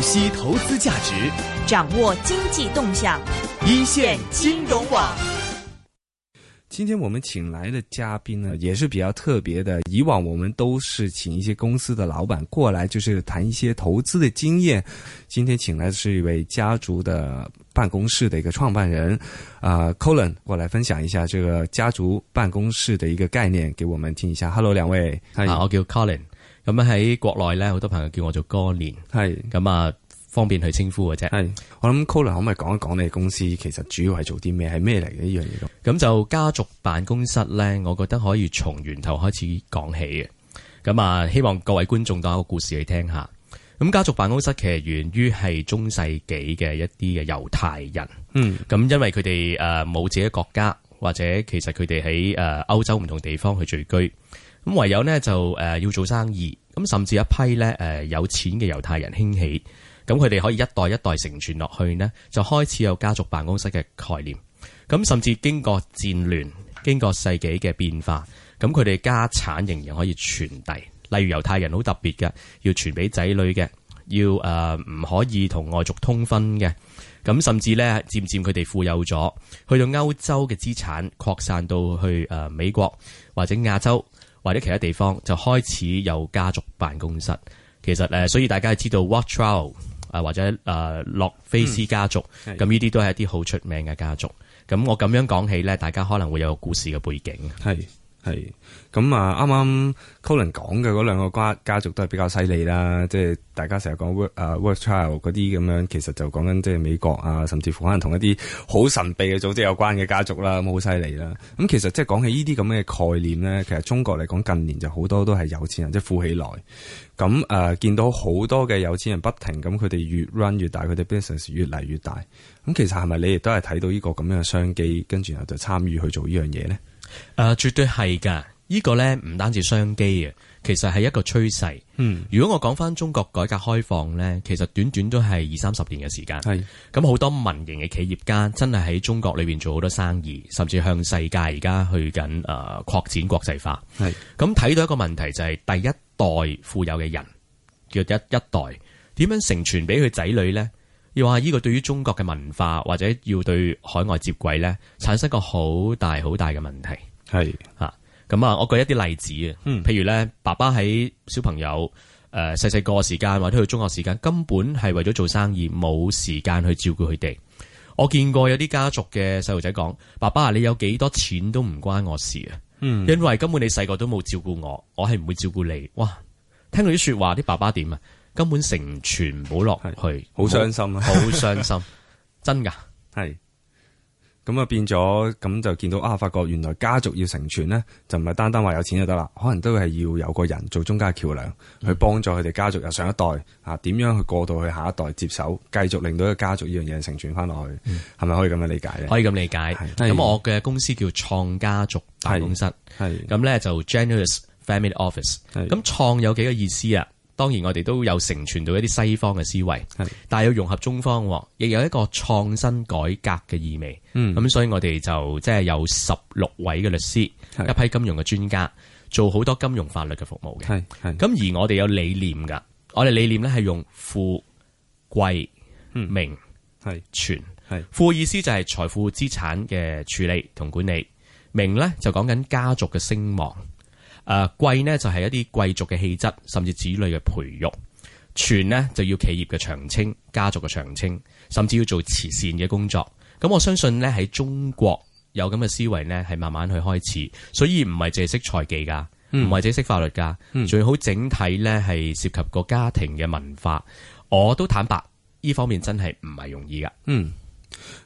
析投资价值，掌握经济动向，一线金融网。今天我们请来的嘉宾呢，也是比较特别的。以往我们都是请一些公司的老板过来，就是谈一些投资的经验。今天请来的是一位家族的办公室的一个创办人，啊、c o l i n 过来分享一下这个家族办公室的一个概念，给我们听一下。Hello，两位，系啊，我叫 Colin。咁樣喺國內咧，好多朋友叫我做哥連，系咁啊方便去稱呼嘅啫。系，我諗 Colin 可唔可以講一講你哋公司其實主要係做啲咩，係咩嚟嘅呢樣嘢？咁就家族辦公室咧，我覺得可以從源頭開始講起嘅。咁啊，希望各位觀眾當一個故事嚟聽下。咁家族辦公室其實源於係中世紀嘅一啲嘅猶太人。嗯，咁因為佢哋誒冇自己嘅國家，或者其實佢哋喺誒歐洲唔同地方去聚居，咁唯有呢就誒、呃要做生意，咁甚至一批呢誒、呃有錢嘅猶太人興起，咁佢哋可以一代一代承傳落去呢，就開始有家族辦公室嘅概念，咁甚至經過戰亂，經過世紀嘅變化，咁佢哋家產仍然可以傳遞，例如猶太人好特別嘅，要傳俾仔女嘅，要呃誒唔、可以同外族通婚嘅。咁甚至咧，漸漸佢哋富有咗，去到歐洲嘅資產擴散到去誒、呃美國或者亞洲或者其他地方，就開始有家族辦公室。其實誒、呃所以大家知道 Rothschild 啊、或者誒、呃洛菲斯家族，嗯係咁呢啲都係一啲好出名嘅家族。咁我咁樣講起咧，大家可能會有個故事嘅背景。系系咁啊！啱啱 Colin 講嘅嗰兩個家家族都係比較犀利啦，即係大家成日講 work 啊 work child 嗰啲咁樣，其實就講緊即係美國啊，甚至乎可能同一啲好神秘嘅組織有關嘅家族啦，咁好犀利啦。咁其實即係講起呢啲咁嘅概念咧，其實中國嚟講近年就好多都係有錢人，即係富起來。咁誒、呃，見到好多嘅有錢人不停咁，佢哋越 run 越大，佢哋 business 越嚟越大。咁其實係咪你亦都係睇到呢個咁樣嘅商機，跟住然後就參與去做呢樣嘢咧？誒、呃絕對係㗎。呢個呢，唔單止商機嘅，其實係一個趨勢。嗯，如果我講翻中國改革開放呢，其實短短都係二三十年嘅時間。係。咁好多民營嘅企業家真係喺中國裏邊做好多生意，甚至向世界而家去緊誒、呃、擴展國際化。係咁睇到一個問題就係、第一代富有嘅人叫一一代點樣承傳俾佢仔女呢？要話呢個對於中國嘅文化或者要對海外接軌呢，產生個好大好大嘅問題。係吓。咁啊，我舉一啲例子啊，嗯譬如咧，爸爸喺小朋友誒細細個嘅時間或者去中學時間，根本係為咗做生意，冇時間去照顧佢哋。我見過有啲家族嘅細路仔講：爸爸啊，你有幾多錢都唔關我事啊，嗯因為根本你細個都冇照顧我，我係唔會照顧你。哇！聽到啲説話，啲爸爸點啊？根本成全唔好落去，好傷心啊，好傷 心，真㗎。係咁啊變咗，咁就見到啊，發覺原來家族要成全咧，就唔係單單話有錢就得啦，可能都係要有個人做中間嘅橋梁，去幫助佢哋家族由上一代嗯啊點樣去過渡去下一代接手，繼續令到一個家族呢樣嘢承傳翻落去，係咪可以咁樣理解咧？可以咁理解。係咁我嘅公司叫創家族辦公室。係咁咧就 generous family office。係咁創有幾個意思啊？當然我哋都有承傳到一啲西方嘅思係維，但係要融合中方喎，亦有一個創新改革嘅意味。嗯咁、所以我哋就即係有十六位嘅律師，係一批金融嘅專家，做好多金融法律嘅服務嘅。係係咁而我哋有理念噶，我哋理念咧係用富貴嗯名係存。係富意思就係財富資產嘅處理同管理，名呢就講緊家族嘅聲望，誒、貴呢就係一啲貴族嘅氣質，甚至子女嘅培育，全呢就要企業嘅長青、家族嘅長青，甚至要做慈善嘅工作。咁我相信呢喺中國有咁嘅思維呢，係慢慢去開始，所以唔係淨係識財技㗎。唔係淨係識法律㗎，最好整體呢係涉及個家庭嘅文化。我都坦白，呢方面真係唔係容易㗎。嗯，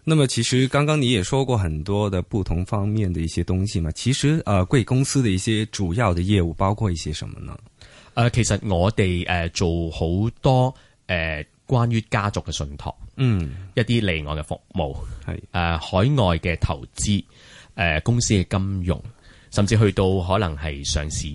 那么其实刚刚你也说过很多的不同方面的一些东西嘛，其实呃，贵公司的一些主要的业务包括一些什么呢？誒、呃其實我哋誒、做好多誒、關於家族嘅信託，嗯，一啲離岸嘅服務，係誒、海外嘅投資，誒、公司嘅金融，甚至去到可能係上市，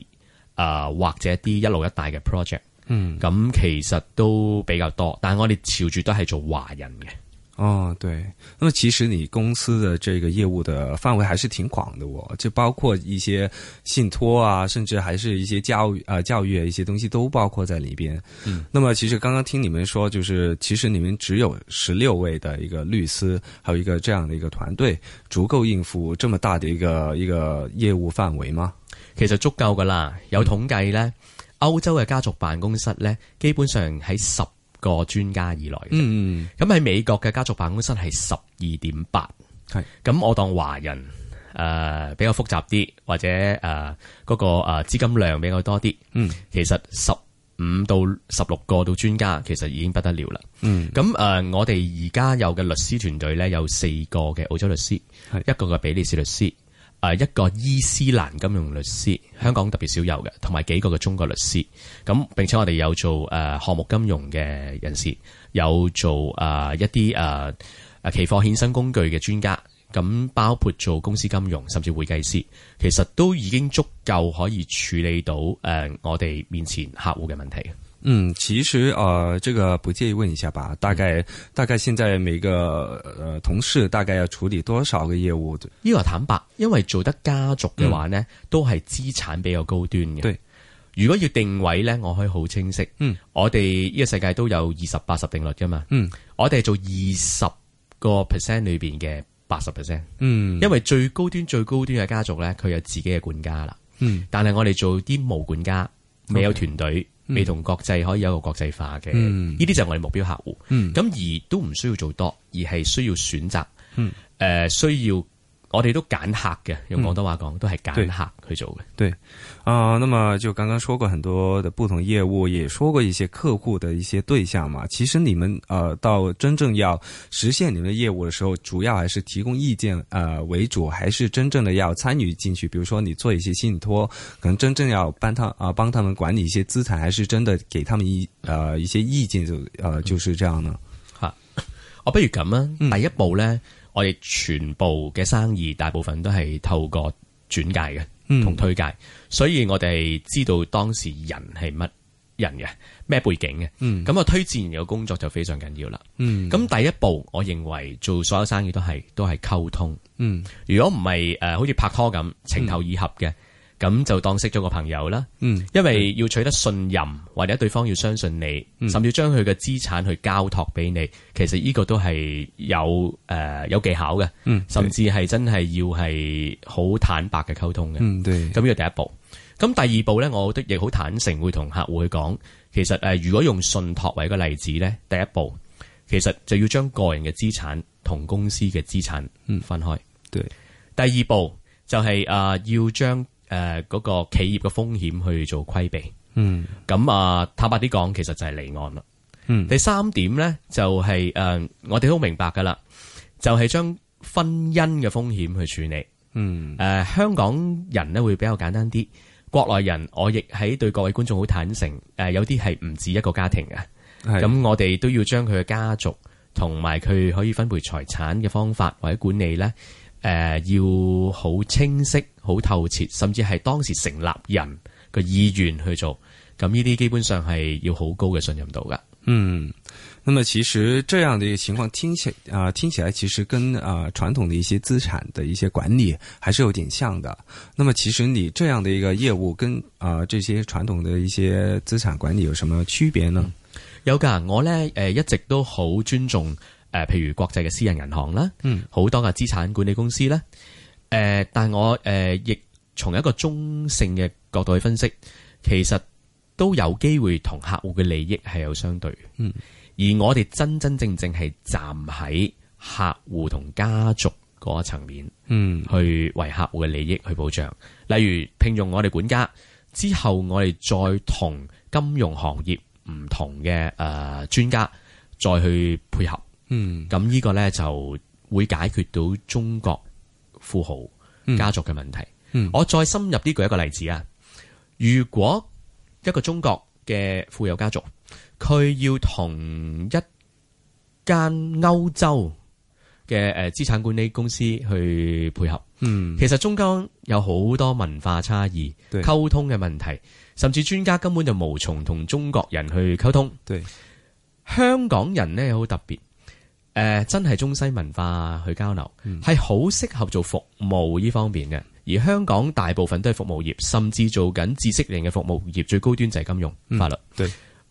誒、或者一啲一路一帶嘅 project，嗯咁其實都比較多，但係我哋朝住都係做華人嘅，哦，对，那么其实你公司的这个业务的范围还是挺广的哦，就包括一些信托啊，甚至还是一些教育啊、教育啊一些东西都包括在里边。嗯，那么其实刚刚听你们说，就是其实你们只有十六位的一个律师，还有一个这样的一个团队，足够应付这么大的一个一个业务范围吗？其實足夠噶啦。有統計咧，歐洲嘅家族辦公室咧，基本上喺十個專家以內嘅。嗯，咁喺美國嘅家族辦公室係十二點八，係咁我當華人誒、呃比較複雜啲，或者誒嗰、個誒、呃、資金量比較多啲。嗯，其實十五到十六個到專家其實已經不得了啦。嗯，咁誒、呃我哋而家有嘅律師團隊咧，有四個嘅澳洲律師，係一個嘅比利時律師。誒一個伊斯蘭金融律師，香港特別少有嘅，同埋幾個嘅中國律師。咁並且我哋有做誒、呃、項目金融嘅人士，有做誒、呃一啲誒誒期貨衍生工具嘅專家，咁包括做公司金融甚至會計師，其實都已經足夠可以處理到誒、呃我哋面前客戶嘅問題。嗯，其实呃，这个不介意问一下吧，大概大概现在每个呃同事大概要处理多少个业务？呢個坦白，因為做得家族嘅話呢，都係資產比較高端嘅。嗯對如果要定位呢，我可以好清晰。嗯，我哋呢個世界都有二十八十定律噶嘛。嗯，我哋係做二十個 percent 裏邊嘅八十 percent，嗯因為最高端最高端嘅家族呢，佢有自己嘅管家啦。嗯但係我哋做啲無管家，未有團隊，嗯未同國際可以有一個國際化嘅，嗯呢啲就係我哋目標客戶。嗯咁而都唔需要做多，而係需要選擇。嗯呃需要我哋都揀客嘅，用廣東話講都係揀客去做嘅。啊、那么就刚刚说过很多的不同业务，也说过一些客户的一些对象嘛。其实你们呃，到真正要实现你们的业务的时候，主要还是提供意见呃为主，还是真正的要参与进去。比如说你做一些信托，可能真正要帮他啊、帮他们管理一些资产，还是真的给他们一呃一些意见就呃就是这样呢？我不如咁啊，嗯第一步呢，我哋全部嘅生意大部分都係透過轉介嘅。嗯同推介，所以我哋知道當事人係乜人嘅，咩背景嘅。嗯咁啊，推薦人嘅工作就非常緊要啦。嗯咁第一步，我認為做所有生意都係都係溝通。嗯如果唔係誒，好似拍拖咁情投意合嘅，咁、就當識咗個朋友啦。嗯嗯因為要取得信任，或者對方要相信你，甚至將佢嘅資產去交託俾你，其實呢個都係有誒、呃有技巧嘅，嗯甚至係真係要係好坦白嘅溝通嘅。嗯对咁呢個第一步。咁第二步咧，我覺得亦好坦誠會同客戶去講，其實誒、呃如果用信託為一個例子咧，第一步其實就要將個人嘅資產同公司嘅資產分開。對第二步就係、呃要將誒嗰個企業嘅風險去做規避。嗯咁啊、坦白啲講，其實就係離岸啦。嗯第三點咧就係、呃我哋都明白噶啦，就係、將婚姻嘅風險去處理。嗯誒、香港人咧會比較簡單啲，國內人我亦喺對各位觀眾好坦誠，誒、有啲係唔止一個家庭嘅，係咁我哋都要將佢嘅家族同埋佢可以分配財產嘅方法或者管理呢，誒、要好清晰、好透徹，甚至係當時成立人嘅意願去做，咁呢啲基本上係要好高嘅信任度㗎。嗯，那么其实这样的一个情况听起啊、听起来其实跟啊、传统的一些资产的一些管理还是有点像的。那么其实你这样的一个业务跟啊、这些传统的一些资产管理有什么区别呢？有㗎，我咧誒、呃一直都好尊重誒、呃譬如國際嘅私人銀行啦，嗯，好多嘅資產管理公司啦，誒、但我誒、呃亦從一個中性嘅角度去分析，其實都有機會同客戶嘅利益係有相對，嗯，而我哋真真正正係站喺客戶同家族嗰一層面。嗯去為客戶嘅利益去保障。例如聘用我哋管家之後，我哋再同金融行業唔同嘅誒、呃、專家再去配合，嗯咁呢個呢，就會解決到中國富豪嗯家族嘅問題。嗯我再深入啲舉一個例子啊，如果一個中國嘅富有家族，佢要同一間歐洲嘅誒資產管理公司去配合。嗯其實中間有好多文化差異、對溝通嘅問題，甚至專家根本就無從同中國人去溝通。對，香港人呢好特別，誒、真係中西文化去交流，嗯係好、適合做服務呢方面嘅。而香港大部分都係服務業，甚至做緊知識型嘅服務業，最高端就係金融、嗯法律。對，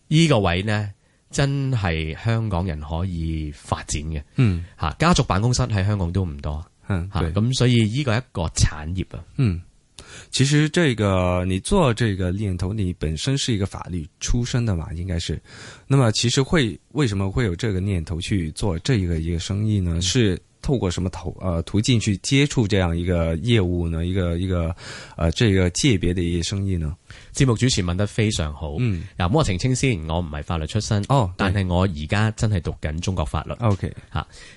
呢個位呢，真係香港人可以發展嘅。嗯嚇，家族辦公室喺香港都唔多嗯，嚇，对，咁所以呢個係一個產業啊。嗯。其实这个你做这个猎头，你本身是一个法律出身的嘛，应该是。那么其实会为什么会有这个念头去做这一个一个生意呢？是透过什么途呃途径去接触这样一个业务呢？一个一个呃这个界别的一个生意呢？節目主持問得非常好。嗯嗱，咁我澄清先，我唔係法律出身，哦但係我而家真係讀緊中國法律。 ，OK，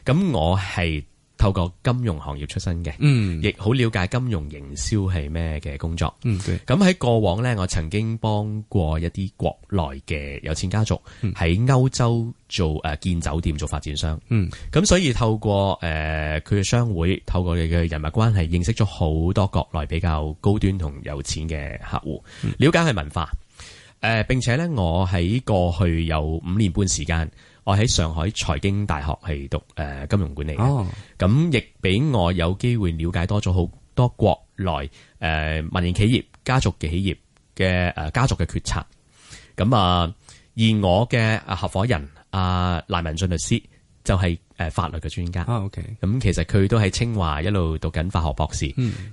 咁我係透過金融行業出身嘅，嗯，亦好了解金融營銷係咩嘅工作。嗯对，咁喺過往呢，我曾經幫過一啲國內嘅有錢家族喺歐洲做誒、呃建酒店做發展商。嗯咁所以透過誒佢嘅商會，透過佢嘅人物關係，認識咗好多國內比較高端同有錢嘅客戶，了解佢文化。誒、並且呢，我喺過去有五年半時間，我喺上海財經大學係讀誒、呃金融管理嘅。哦，咁亦俾我有機會了解多咗好多國內誒、呃民營企業、家族嘅企業嘅誒、呃家族嘅決策。咁啊，而我嘅啊合伙人啊賴文俊律師就係、呃法律嘅專家。啊，OK，咁其實佢都喺清華一路讀緊化學博士，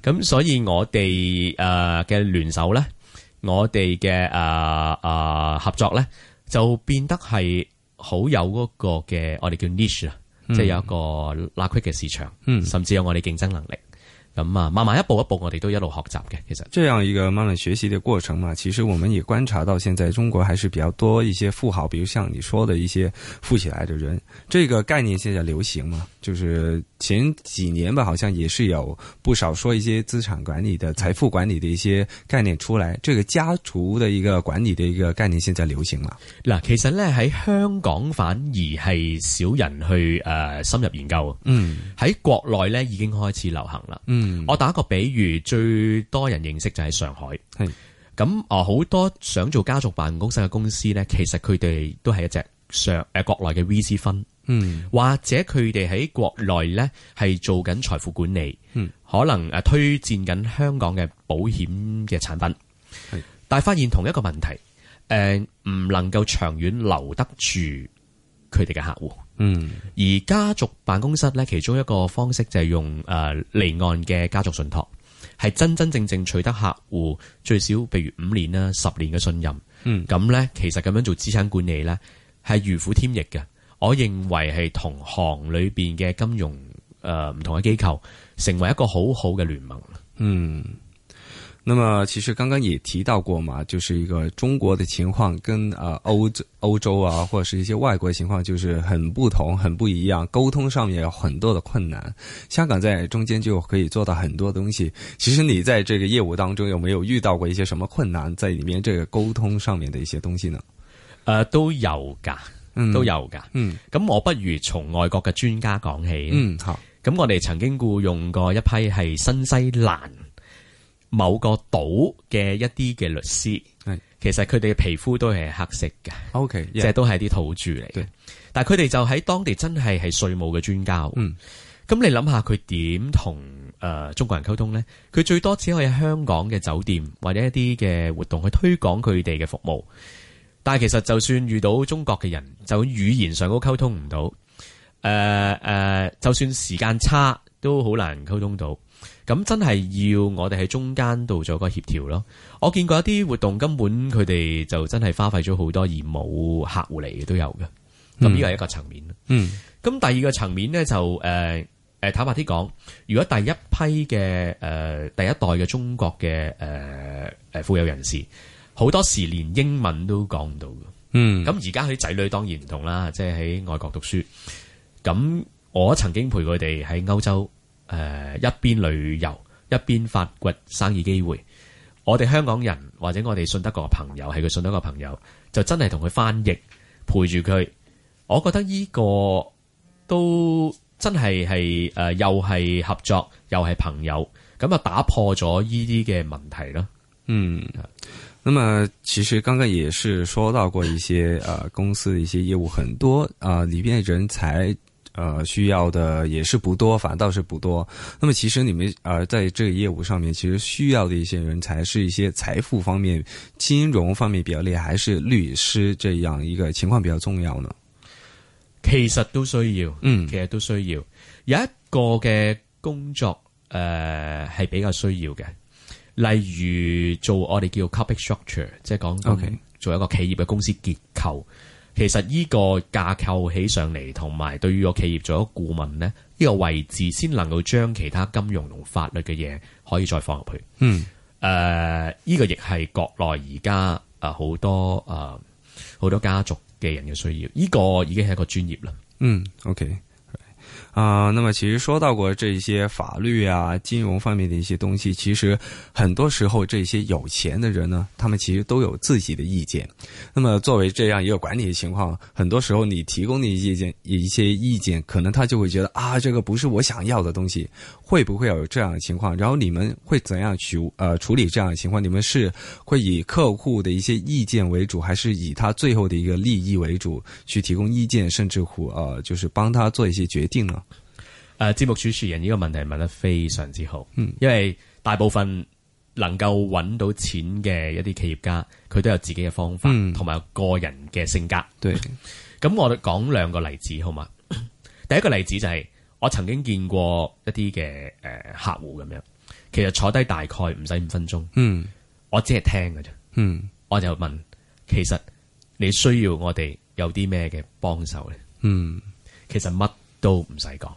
咁、所以我哋誒嘅聯手咧，我哋嘅誒誒合作咧，就變得係好有嗰個嘅我哋叫 niche 啊、即係有一個 lack 嘅市場，嗯甚至有我哋競爭能力。咁啊，慢慢一步一步，我哋都一路學習嘅。其實这样一个慢慢学习的过程嘛，其实我们也观察到，现在中国还是比较多一些富豪，比如像你说的一些富起来的人，这个概念现在流行嘛，就是前几年吧，好像也是有不少说一些资产管理的、财富管理的一些概念出来，这个家族的一个管理的一个概念现在流行嘛，嗱，其實咧喺香港反而係少人去誒、呃深入研究，嗯喺國內咧已經開始流行啦。嗯我打一個比喻，最多人認識就喺上海。係咁啊，好多想做家族辦公室嘅公司咧，其實佢哋都係一隻上誒國內嘅 VC 分，嗯或者佢哋喺國內咧係做緊財富管理，嗯可能誒推薦緊香港嘅保險嘅產品係。但係發現同一個問題，誒、呃唔能夠長遠留得住佢哋嘅客戶。嗯而家族辦公室咧，其中一個方式就係用誒、呃、離岸嘅家族信託，係真真正正取得客戶最少，譬如五年啦、十年嘅信任。嗯咁咧其實咁樣做資產管理咧係如虎添翼嘅。我認為係同行裏邊嘅金融誒呃唔、同嘅機構，成為一個好好嘅聯盟。嗯，那么其实刚刚也提到过嘛，就是一个中国的情况跟呃欧洲欧洲啊，或者是一些外国的情况，就是很不同、很不一样，沟通上面有很多的困难。香港在中间就可以做到很多东西。其实你在这个业务当中有没有遇到过一些什么困难，在里面这个沟通上面的一些东西呢？誒、呃都有㗎，嗯，都。有㗎。嗯咁我不如從外國嘅專家講起。嗯，好，咁我哋曾經僱用過一批係新西蘭某個島嘅一啲嘅律師係，其實佢哋嘅皮膚都係黑色嘅 OK，即係都係啲土著嚟嘅對。但係佢哋就喺當地真係係稅務嘅專家喎。嗯咁你諗下佢點同誒中國人溝通呢？佢最多只可以喺香港嘅酒店或者一啲嘅活動去推廣佢哋嘅服務，但係其實就算遇到中國嘅人，就語言上都溝通唔到，誒、誒、就算時間差都好難溝通到。咁真係要我哋喺中間度做個協調咯。我見過一啲活動根本佢哋就真係花費咗好多而冇客戶嚟嘅都有嘅。咁呢個係一個層面。嗯咁第二個層面咧就誒誒、呃呃坦白啲講，如果第一批嘅誒、呃第一代嘅中國嘅誒誒富有人士，好多時連英文都講唔到嘅。嗯，咁而家佢啲仔女當然唔同啦，即係喺外國讀書。咁我曾經陪佢哋喺歐洲誒、呃一邊旅遊一邊發掘生意機會。我哋香港人或者我哋信德國嘅朋友係佢信德國嘅朋友，就真係同佢翻譯陪住佢。我覺得呢個都真係係誒又係合作又係朋友，咁啊打破咗呢啲嘅問題咯。嗯，那么其实刚刚也是说到过一些呃公司的一些业务，很多啊、呃里边人才呃需要的也是不多，反倒是不多。那么其实你们呃在这个业务上面，其实需要的一些人才是一些财富方面、金融方面比较厉害，还是律师这样一个情况比较重要呢？其實都需要，嗯其實都需要有一個嘅工作誒係、比較需要嘅，例如做我哋叫 corporate structure，即係講 OK 做一個企業嘅公司結構。其實呢個架構起上嚟，同埋對於個企業做一個顧問呢，呢、個位置先能夠將其他金融同法律嘅嘢可以再放入去。嗯，誒、呢、個亦係國內而家誒好多誒呃好、多家族嘅人嘅需要，呢、個已經係一個專業啦。嗯，OK。啊、那么其实说到过这些法律啊、金融方面的一些东西，其实很多时候这些有钱的人呢，他们其实都有自己的意见。那么作为这样一个管理的情况，很多时候你提供的意见一些意见，可能他就会觉得啊，这个不是我想要的东西，会不会有这样的情况？然后你们会怎样去呃处理这样的情况？你们是会以客户的一些意见为主，还是以他最后的一个利益为主去提供意见，甚至乎呃就是帮他做一些决定呢？誒、呃節目主持人呢個問題問得非常之好，因為大部分能夠揾到錢嘅一啲企業家，佢都有自己嘅方法，嗯同埋、有個人嘅性格。对，咁我哋講兩個例子好嘛？第一個例子就係、我曾經見過一啲嘅誒客户咁樣，其實坐低大概唔使五分鐘，嗯我只係聽嘅啫，嗯我就問其實你需要我哋有啲咩嘅幫手咧？嗯其實乜都唔使講，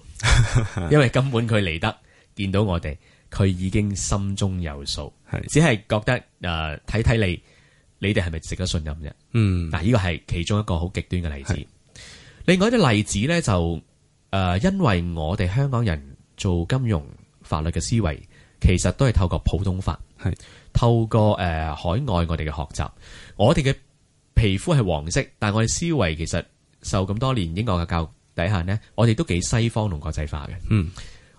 因為根本佢嚟得見到我哋，佢已經心中有數，係只係覺得誒睇睇你，你哋係咪值得信任啫？嗯嗱，呢個係其中一個好極端嘅例子。另外一啲例子咧，就誒、呃因為我哋香港人做金融法律嘅思維，其實都係透過普通法，係透過誒、呃海外我哋嘅學習，我哋嘅皮膚係黃色，但我哋思維其實受咁多年英國嘅教育底下呢，我哋都幾西方同國際化嘅。嗯，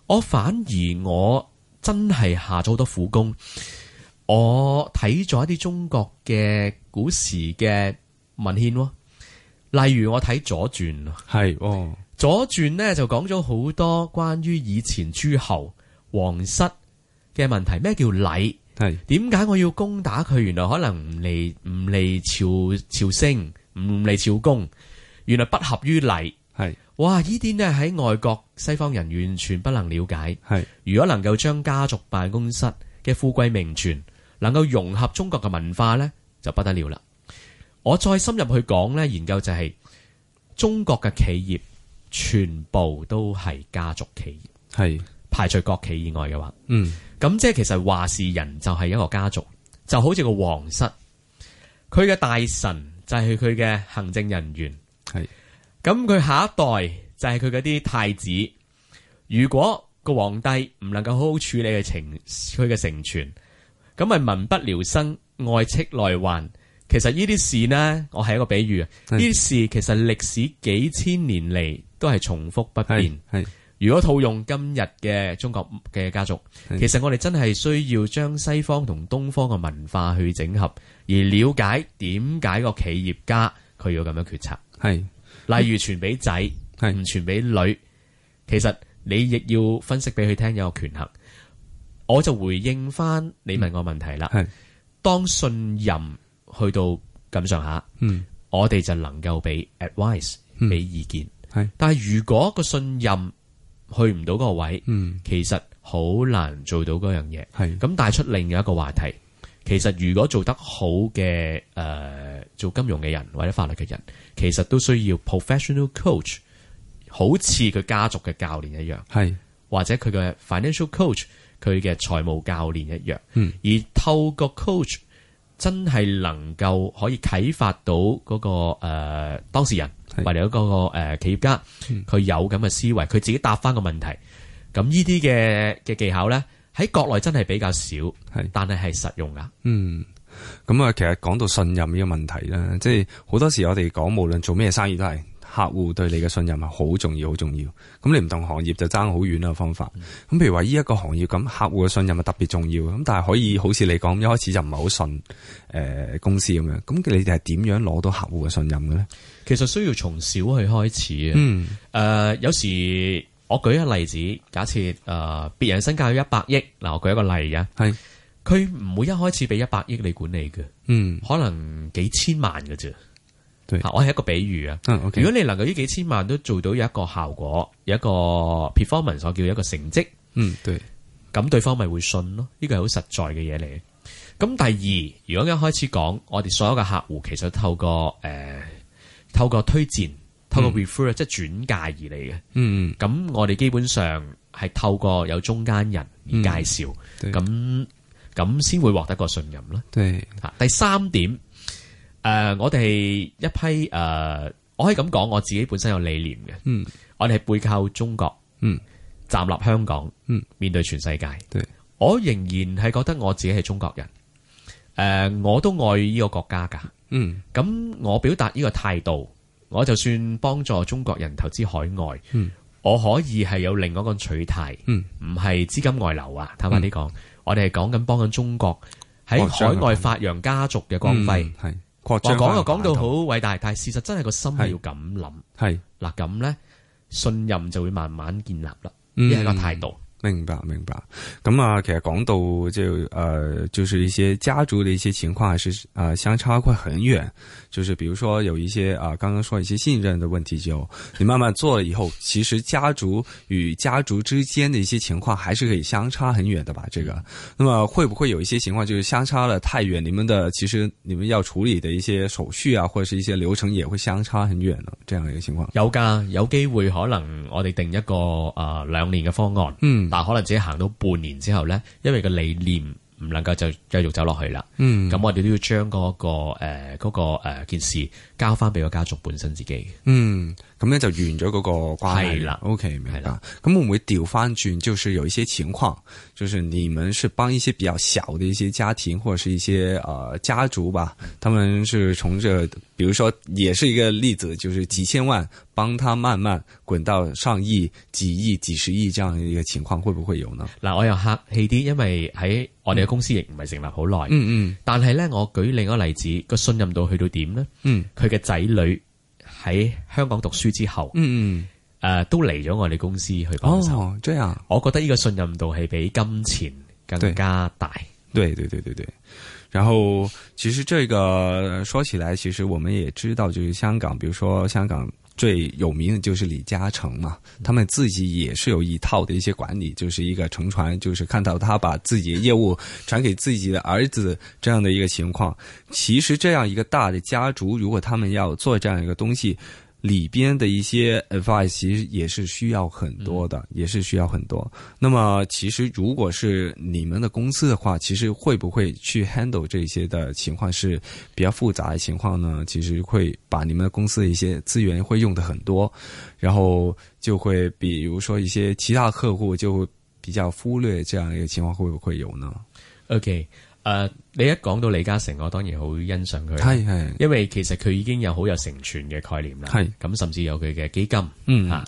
我反而我真係下咗好多苦功。我睇咗一啲中國嘅古時嘅文獻喎，例如我睇《左傳》喎，《系哦，左傳》呢就講咗好多關於以前諸侯皇室嘅問題，咩叫禮？系點解我要攻打佢？原來可能唔利唔利朝朝星，唔利朝公，原來不合於禮。系哇！呢啲呢喺外國西方人完全不能了解。系如果能夠將家族辦公室嘅富貴名傳能夠融合中國嘅文化呢，就不得了啦。我再深入去講呢，研究就係、中國嘅企業全部都係家族企業，系，排除國企以外嘅話，嗯咁即係其實話事人就係一個家族，就好似個皇室，佢嘅大臣就係佢嘅行政人員。系咁佢下一代就係佢嗰啲太子。如果個皇帝唔能夠好好處理嘅情佢嘅成全，咁咪民不聊生，外戚內患。其實呢啲事呢，我係一個比喻啊。係呢啲事其實歷史幾千年嚟都係重複不變系。系如果套用今日嘅中國嘅家族，係其實我哋真係需要將西方同東方嘅文化去整合，而了解點解個企業家佢要咁樣決策。系例如傳俾仔，係唔傳俾女，其實你亦要分析俾佢聽有個權衡。我就回應翻你問我問題啦。係當信任去到咁上下，嗯我哋就能夠俾 advice，嗯俾意見。係但係如果個信任去唔到嗰個位，嗯其實好難做到嗰樣嘢。系咁帶出另一個話題，其實如果做得好嘅誒、呃做金融嘅人或者法律嘅人，其實都需要 professional coach，好似佢家族嘅教練一樣，系或者佢嘅 financial coach，佢嘅財務教練一樣。嗯，而透過 coach 真係能夠可以啟發到嗰、個誒、呃、當事人係或者嗰、個、呃、企業家，佢有咁嘅思維，佢自己答翻個問題。咁呢啲嘅嘅技巧咧，喺國內真係比較少，係但係係實用噶。嗯，咁啊，其實講到信任呢個問題啦，即係好多時我哋講，無論做咩生意都係客户對你嘅信任係啊好重要，好重要。咁你唔同行業就爭好遠啦方嗯法。咁譬如話依一個行啊業咁，客戶嘅信任係特別重要。咁但係可以好似你講，一開始就唔係好信誒、呃公司咁樣。咁你哋係點樣攞到客戶嘅信任嘅咧？其實需要從小去開始啊。嗯，誒、有時我舉一個例子，假設誒、呃、別人身價有一百億，嗱我舉一個例啊，係，佢唔會一開始俾一百億你管理嘅，嗯，可能幾千萬嘅啫。對啊我係一個比喻啊。嗯，OK，如果你能夠呢幾千萬都做到有一個效果，有一個 performance，我叫一個成績，嗯，對，咁對方咪會信咯。呢個係好實在嘅嘢嚟嘅。咁第二，如果一開始講，我哋所有嘅客戶其實透過誒、呃透過推薦，透過 refer、即係轉介而嚟嘅。嗯嗯咁我哋基本上係透過有中間人而介紹，對咁咁先會獲得個信任啦。對，吓，啊第三點，誒、我哋一批誒、呃我可以咁講，我自己本身有理念嘅，嗯我哋係背靠中國，嗯，站立香港，嗯，面對全世界，對，我仍然係覺得我自己係中國人，誒、呃我都愛呢個國家㗎。嗯咁我表達呢個態度，我就算幫助中國人投資海外，嗯我可以係有另外一個取態，嗯唔係資金外流啊。坦白啲講，我哋係講緊幫緊中國喺海外發揚家族嘅光輝。嗯係擴我張講翻就個講到版好圖，偉大，但係事實真係個心係係要咁諗。係，嗱咁呢，信任就會慢慢建立啦。呢嗯係一個態度。明白明白，咁啊，其實講到就呃，就是一些家族的一些情况，还是啊、呃相差会很远。就是比如说有一些啊、刚刚说一些信任的问题就，你慢慢做了以后，其实家族与家族之间的一些情况还是可以相差很远的吧？这个，那么会不会有一些情况就是相差了太远？你们的其实你们要处理的一些手续啊，或者是一些流程也会相差很远呢？这样一个情况，有㗎，有機會可能我哋定一個誒兩年嘅方案。嗯但可能只係行到半年之後呢，因為個理念唔能夠就繼續走落去啦。嗯咁、我哋都要將嗰、個誒嗰、個呃件事交翻俾個家族本身自己。嗯，咁咧就完咗嗰個關係係啦，OK，明白係啦。咁會唔會調翻轉？就是有一些情況，就是你們是幫一些比較小的一些家庭，或者是一些呃家族吧，他們是從这，比如說也是一個例子，就是幾千萬幫他慢慢滾到上億、幾億、幾十億這樣的一個情況，會不會有呢？嗱，我又客氣啲，因為喺我哋嘅公司亦唔係成立好耐。嗯但係呢，我舉另一個例子，個信任度去到點呢？嗯佢嘅仔女喺香港讀書之後，誒、呃嗯都嚟咗我哋公司去嗯，幫手。哦，這樣。我覺得呢個信任度係比金錢對更加大。对对对对对。然后，其实这个说起来，其实我们也知道，就是香港，比如说香港最有名的就是李嘉诚嘛，他们自己也是有一套的一些管理，就是一个承传，就是看到他把自己的业务传给自己的儿子这样的一个情况。其实这样一个大的家族，如果他们要做这样一个东西，里边的一些 advice 其实也是需要很多的，也是需要很多。那么其实如果是你们的公司的话，其实会不会去 handle 这些的情况是比较复杂的情况呢？其实会把你们的公司的一些资源会用的很多，然后就会比如说一些其他客户就会比较忽略这样一个情况，会不会有呢？ OK，誒、你一呃講到李嘉誠，我當然好欣賞佢。系系，因為其實佢已經有好有成全嘅概念啦，係咁甚至有佢嘅基金嗯嚇。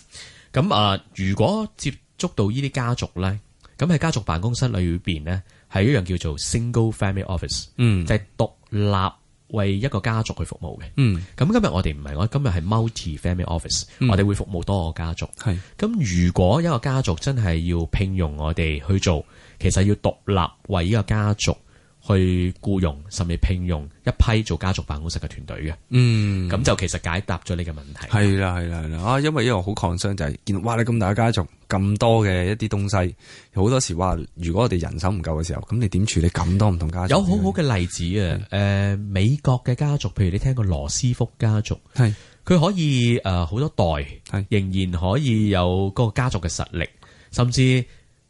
咁啊、如果接觸到呢啲家族咧，咁喺家族辦公室裏邊咧，係一樣叫做 single family office，嗯就係獨立為一個家族去服務嘅。嗯咁今日我哋唔係，我今日係 multi family office，、我哋會服務多個家族。系咁如果一個家族真係要聘用我哋去做，其實要獨立為呢個家族去僱用，甚至聘用一批做家族辦公室嘅團隊嘅。嗯。咁就其實解答咗你嘅問題。係啦，係啦，係啦，啊，因為因為我好抗傷就係見到哇，你咁大嘅家族，咁多嘅一啲東西，好多時話，如果我哋人手唔夠嘅時候，咁你點處理咁多唔同家族？有好好嘅例子啊，誒、嗯美國嘅家族，譬如你聽過羅斯福家族，係佢可以誒好、多代係，仍然可以有嗰個家族嘅實力，甚至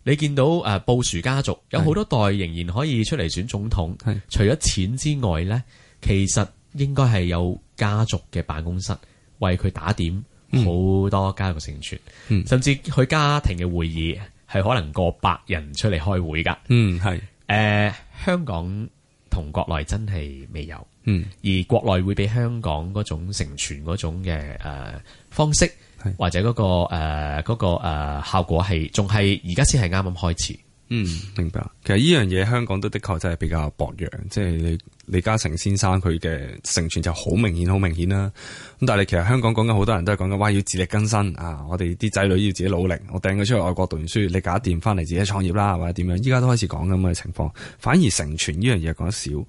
你見到誒、呃布殊家族有好多代仍然可以出嚟選總統係，除咗錢之外呢，其實應該係有家族嘅辦公室為佢打點好多家族成全，嗯甚至佢家庭嘅會議係可能過百人出嚟開會㗎。嗯係呃誒、香港同國內真係未有，嗯，而國內會比香港嗰種成傳嗰種嘅誒、呃方式係，或者嗰、個誒嗰、個、呃、效果係仲係而家先係啱啱開始。嗯，明白。其實呢樣嘢香港都的確真係比較薄弱，即係你李嘉誠先生佢嘅成全就好明顯，好明顯啦。咁但係你其實香港講緊好多人都係講緊，哇要自力更生啊！我哋啲仔女要自己努力，我掟佢出去外國讀完書，你搞掂翻嚟自己創業啦，或者點樣？依家都開始講咁嘅情況，反而成全呢樣嘢講得少。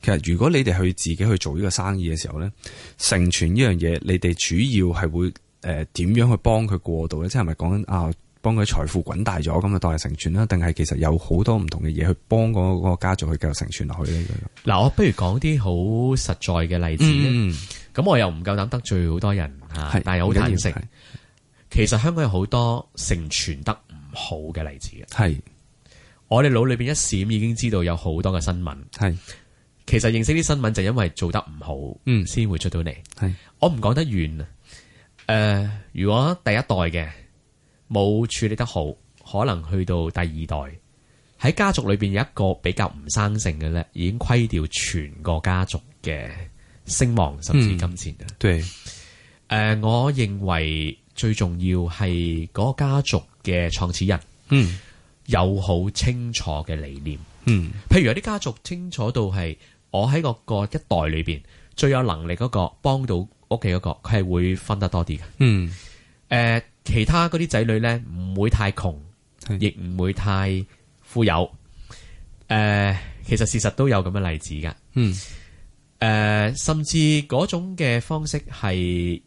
其實如果你哋去自己去做呢個生意嘅時候咧，成全呢樣嘢，你哋主要係會誒呃點、樣去幫佢過渡咧？即係咪講緊啊？幫佢財富滾大咗，咁就當係成全啦？定係其實有好多唔同嘅嘢去幫嗰個家族去繼續成全落去呢？嗱，我不如講啲好實在嘅例子咧。嗯，啊咁、我又唔夠膽得罪好多人嚇係，但係好坦誠唔緊要，其實香港有好多成傳得唔好嘅例子嘅。係我哋腦裏邊一閃已經知道有好多嘅新聞，係其實認識啲新聞就因為做得唔好，嗯先會出到嚟。係我唔講得遠啊。誒、如果第一代嘅冇處理得好，可能去到第二代喺家族裏邊有一個比較唔生性嘅咧，已經虧掉全個家族嘅聲望甚至金錢嘅。對，誒、我認為最重要係嗰個家族嘅創始人嗯有好清楚嘅理念。嗯譬如有啲家族清楚到係我喺嗰個一代裏邊最有能力嗰、個幫到屋企嗰個，佢係會分得多啲嘅。誒、嗯呃其他嗰啲仔女咧唔會太窮，係亦唔會太富有。誒、其實事實都有咁嘅例子㗎。嗯誒、甚至嗰種嘅方式係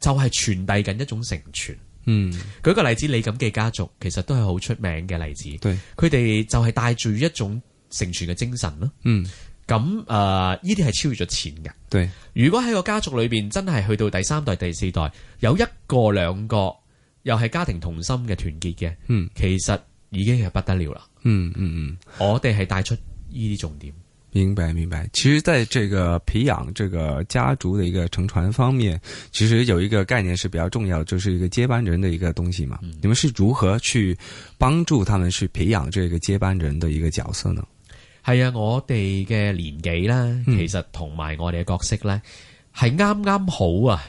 就係、傳遞緊一種成傳。嗯，舉個例子，李錦記家族其實都係好出名嘅例子。對，佢哋就係帶住一種成傳嘅精神咯。嗯咁誒，呃呢啲係超越咗錢嘅。對，如果喺個家族裏邊真係去到第三代、第四代，有一個兩個又係家庭同心嘅團結嘅，嗯其實已經係不得 了啦。嗯嗯嗯。我哋係帶出呢啲重點。明白，明白。其实，在这个培养这个家族的一个承传方面，其实有一个概念是比较重要的，就是一个接班人的一个东西嘛。你们是如何去帮助他们去培养这个接班人的一个角色呢？係啊，我哋嘅年紀啦，嗯其實同埋我哋嘅角色咧，係啱啱好啊，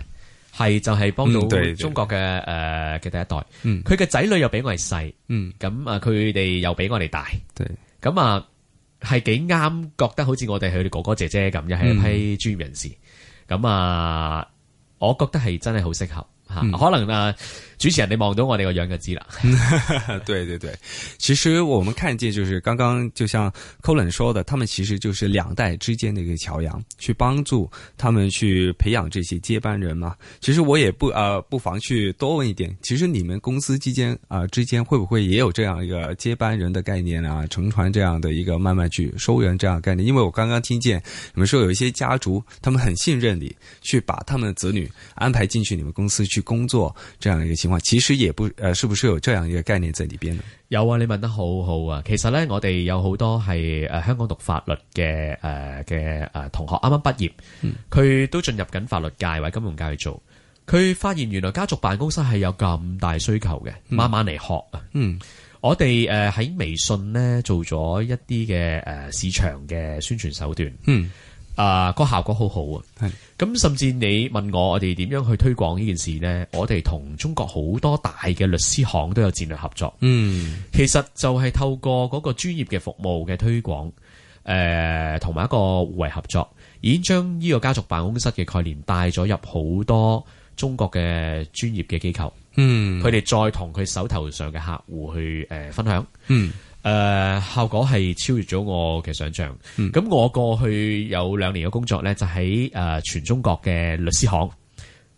係就係幫嗯對到對中國嘅誒嘅第一代。嗯佢嘅仔女又比我哋細，嗯，咁啊佢哋又比我哋大。對，咁啊，係幾啱，覺得好似我哋係佢哋哥哥姐姐咁，又係一批專業人士。咁啊，我覺得係真係好適合嚇。嗯可能啊，主持人你望到我哋個樣就知啦。对对对，其实我们看见就是刚刚就像 Colin 说的，他们其实就是两代之间的一个桥梁，去帮助他们去培养这些接班人嘛。其实我也不呃不妨去多问一点，其实你们公司之间啊、呃之间会不会也有这样一个接班人的概念啊，乘船这样的一个慢慢去收人这样的概念？因为我刚刚听见你们说有一些家族，他们很信任你，去把他们的子女安排进去你们公司去工作这样一个情况，其实也不呃是不是有这样一个概念在里边呢？有啊，你問得好好啊。其實咧，我哋有好多係誒香港讀法律嘅誒嘅誒同學，啱啱畢業，佢、都進入緊法律界或者金融界去做。佢發現原來家族辦公室係有咁大需求嘅，慢慢嚟學啊。嗯，我哋誒喺微信咧做咗一啲嘅誒市場嘅宣傳手段，嗯啊、個效果好好啊。係咁，甚至你問我我哋點樣去推廣呢件事呢？我哋同中國好多大嘅律師行都有戰略合作。嗯其實就係透過嗰個專業嘅服務嘅推廣，誒同埋一個互惠合作，已經將呢個家族辦公室嘅概念帶咗入好多中國嘅專業嘅機構，嗯佢哋、再同佢手頭上嘅客戶去誒、呃分享。嗯誒、效果係超越咗我嘅想象。嗯咁、我過去有兩年嘅工作呢，就喺誒、呃全中國嘅律師行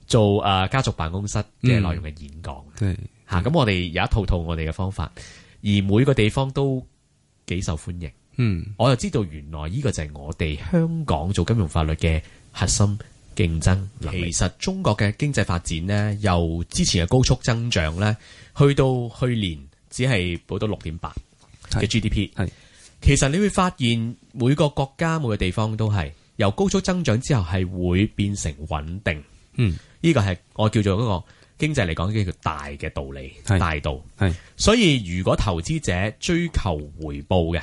做誒、呃家族辦公室嗯嘅內容嘅演講。对，吓，咁、我哋有一套套我哋嘅方法，而每個地方都幾受歡迎。嗯我就知道原來呢個就係我哋香港做金融法律嘅核心競爭能力。其實中國嘅經濟發展呢，由之前嘅高速增長呢，去到去年只係報到六點八嘅係 GDP。係其實你會發現每個國家每個地方都係由高速增長之後係會變成穩定。嗯呢個係我叫做嗰個經濟嚟講嘅叫大嘅道理，係大道。係所以如果投資者追求回報嘅，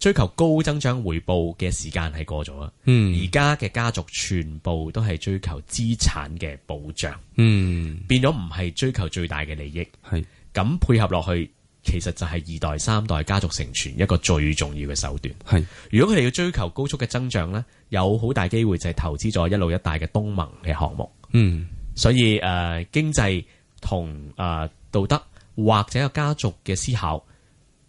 追求高增長回報嘅時間係過咗啊。嗯而家嘅家族全部都係追求資產嘅保障，嗯，變咗唔係追求最大嘅利益。系咁配合落去，其實就係二代、三代家族成傳一個最重要嘅手段。系如果佢哋要追求高速嘅增長呢，有好大機會就係投資咗一路一帶嘅東盟嘅項目。嗯所以誒、呃、經濟同誒、呃道德或者有家族嘅思考，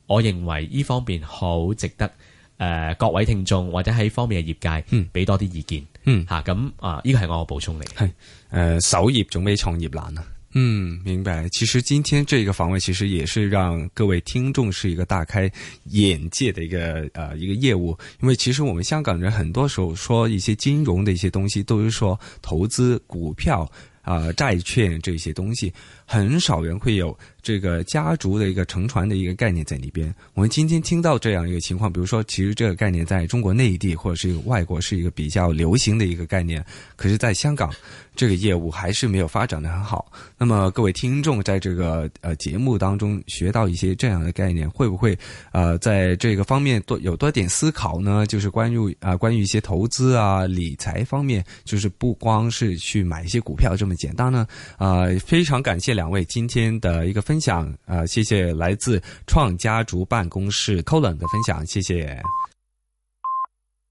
我認為呢方面好值得誒、呃各位聽眾或者喺方面嘅業界嗯俾多啲意見嗯嚇。咁啊，呢個係我嘅補充嚟。系诶，守业总比创业难啊。嗯，明白。其实今天这个访问，其实也是让各位听众是一个大开眼界的一个呃一个业务，因为其实我们香港人很多时候说一些金融的一些东西，都是说投资股票。啊、债券这些东西，很少人会有这个家族的一个承传的一个概念在里边。我们今天听到这样一个情况，比如说，其实这个概念在中国内地或者是外国是一个比较流行的一个概念，可是，在香港这个业务还是没有发展的很好。那么，各位听众在这个呃节目当中学到一些这样的概念，会不会呃在这个方面多有多点思考呢？就是关于啊、呃关于一些投资啊、理财方面，就是不光是去买一些股票这么简单呢。啊，非常感谢两位今天的一个分享啊、呃谢谢来自创家族办公室 Colin 的分享，谢谢。